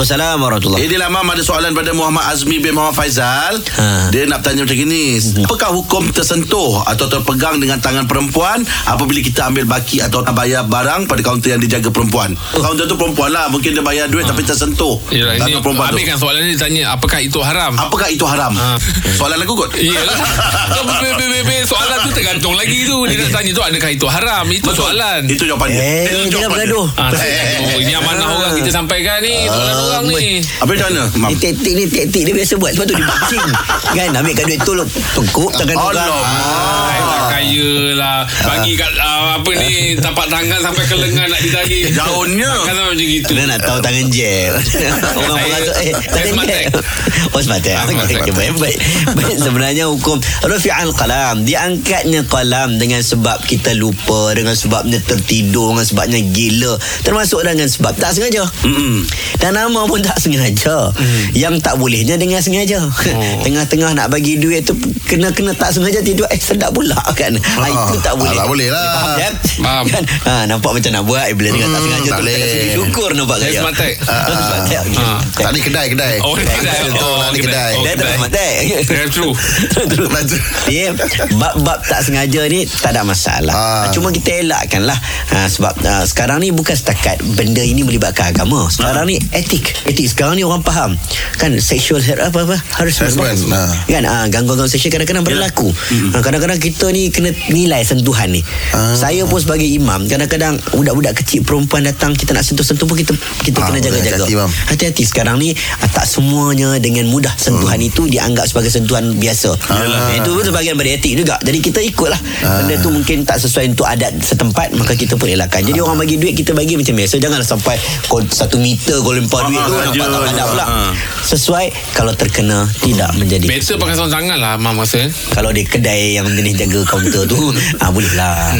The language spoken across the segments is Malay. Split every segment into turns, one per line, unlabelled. Waalaikumsalam warahmatullahi
Eh dia lah Mam ada soalan pada Muhammad Azmi bin Muhammad Faizal
Ha. Mhm.
Dia nak tanya macam gini Apakah hukum tersentuh atau terpegang dengan tangan perempuan Apabila kita ambil baki atau bayar barang pada kaunter yang dijaga perempuan
Oh.
Kaunter tu perempuan lah Mungkin dia bayar
Ah.
duit tapi tersentuh
Yelah, ini
Tangan perempuan tu
Ambil kan soalan ni tanya apakah itu haram?
Apakah itu haram?
Ah.
Soalan aku kot
Iyalah. Kau be- be- be- be- soalan tu tergantung lagi tu. Dia nak tanya tu adakah itu haram? Itu soalan.
Itu jawapan dia
Eh,
Itu
jangan
jawapan dia.
bergaduh.
Ah, tergantung. ini amanah orang kita sampaikan
Ah,
ni soalan orang ni.
Habis macam mana Mam?
Ni taktik ni taktik dia biasa buat Sebab tu dia boxing Kan ambil kat duit tu lu Tengkuk tangan orang
Ah,
Alamak
tak kaya lah Bagi kat ah, apa ni Tapak tangan sampai ke lengan nak ditagih
Daunnya.
Kan sampai macam gitu
dia nak tahu tangan jeb Orang
Saya-
merasa Eh
saya
tangan
smart
jeb
tech.
Oh smart tech
Ah,
Okey,
smart tech.
okey, Baik baik Baik sebenarnya hukum Rufi'al qalam Diangkatnya qalam Dengan sebab kita lupa Dengan sebabnya tertidur Dengan sebabnya gila Termasuk dengan sebab tak sengaja Dan nama pun tak sengaja
Mm.
Yang tak bolehnya dengan sengaja
Oh.
Tengah-tengah nak bagi duit tu Kena-kena tak sengaja tidur Eh sedap pula kan
Ah,
ha, Itu tak boleh
tak boleh lah.
Faham kan?
Faham. Mm,
kan? Ha, nampak macam nak buat Bila dengar tak
Hmm,
sengaja
tak
tu Kita
boleh.
kasi syukur nampak
Saya
saya
smart tech.
Smart tech, okey.
Ah.
Tadi kedai-kedai
Oh, kedai.
Betul
Oh,
tadi kedai
kedai.
Dia tak
Baik.
smart tech
Drive through
Lanjut.
dia Ya, bab-bab tak sengaja ni tak ada masalah.
Ah.
Cuma kita elakkan lah. Ha, sebab ha, sekarang ni bukan setakat benda ini melibatkan agama. Sekarang
Ah.
ni etik. Etik sekarang ni orang faham. Kan sexual har- apa apa harassment.
Harassment, ah. Ya.
Kan ha, gangguan-gangguan seksual kadang-kadang berlaku. Ha, kadang-kadang kita ni kena nilai sentuhan ni.
Ah.
Saya pun sebagai imam kadang-kadang budak-budak kecil perempuan datang kita nak sentuh-sentuh pun kita kita
Ah,
kena
betul.
jaga-jaga.
Hati-hati, Mam.
Hati-hati sekarang ni ah, tak semuanya dengan mudah sentuhan hmm. itu dianggap sebagai sentuhan biasa. Yalah. Itu pun sebahagian dari etik juga. Jadi kita ikutlah. Ah. Benda tu mungkin tak sesuai untuk adat setempat maka kita pun elakkan. Jadi orang bagi duit kita bagi macam biasa. Janganlah sampai kau satu meter kau lempar duit tu
saja
nampak tak padat
je.
pula.
Ah.
Sesuai kalau terkena tidak menjadi.
Better pakai sarung tangan lah Mam rasa eh.
Kalau dia kedai yang jenis jaga kaunter tu ah, Boleh lah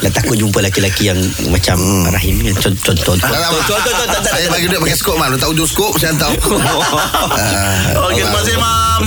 Lah takut jumpa lelaki-lelaki yang Macam Rahim ni Contoh Contoh
Alamak.
Contoh Contoh
Saya bagi duit pakai skop man. Letak ujung skop saya hantar. Ah,
Okey terima kasih Mam